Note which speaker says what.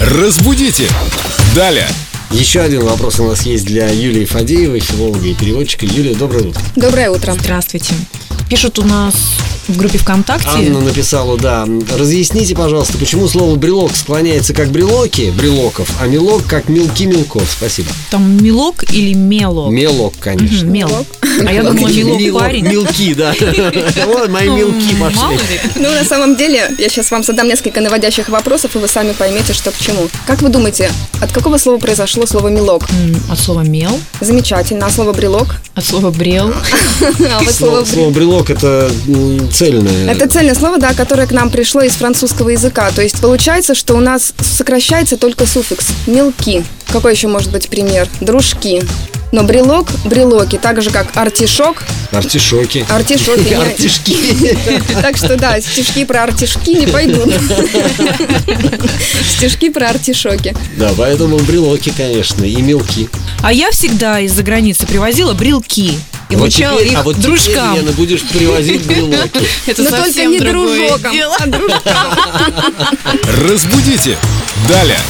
Speaker 1: Разбудите! Далее!
Speaker 2: Еще один вопрос у нас есть для Юлии Фадеевой, филолога и переводчика. Юлия, доброе утро.
Speaker 3: Доброе утро.
Speaker 4: Здравствуйте. Пишут у нас в группе ВКонтакте.
Speaker 2: Анна написала, да. Разъясните, пожалуйста, почему слово брелок склоняется как брелоки, брелоков, а мелок как мелки мелков. Спасибо.
Speaker 4: Там мелок или мелок?
Speaker 2: Мелок, конечно.
Speaker 4: Мгм, мелок. А я думала, мелок парень.
Speaker 2: Мелки, да. Вот мои мелки
Speaker 4: М, Мало
Speaker 2: пошли.
Speaker 4: ли.
Speaker 3: Ну, на самом деле, я сейчас вам задам несколько наводящих вопросов, и вы сами поймете, что к чему. Как вы думаете, от какого слова произошло слово «мелок»?
Speaker 4: М, От слова мел,
Speaker 3: Замечательно. А слово «брелок»?
Speaker 4: от слова брел.
Speaker 3: А вот слово
Speaker 2: Слово
Speaker 3: «брелок».
Speaker 2: слово брелок это м, цельное.
Speaker 3: Это цельное слово, да, которое к нам пришло из французского языка. То есть получается, что у нас сокращается только суффикс «мелки». Какой еще может быть пример? «Дружки». Но брелок, брелоки, так же как артишок,
Speaker 2: Артишоки.
Speaker 3: артишоки. я-
Speaker 2: Артишки.
Speaker 3: Так что да, стишки про артишки не пойдут. Стишки про артишоки.
Speaker 2: Да, поэтому брелоки, конечно, и мелки.
Speaker 4: А я всегда из-за границы привозила брелки. И
Speaker 2: Вот
Speaker 4: вручала
Speaker 2: теперь-
Speaker 4: их
Speaker 2: а вот теперь,
Speaker 4: дружкам.
Speaker 2: Лена, будешь привозить брелоки.
Speaker 4: Это
Speaker 3: Но только
Speaker 4: совсем
Speaker 3: не а
Speaker 4: другое
Speaker 3: дружоком,
Speaker 4: дело.
Speaker 3: а дружкам.
Speaker 1: Разбудите! Далее!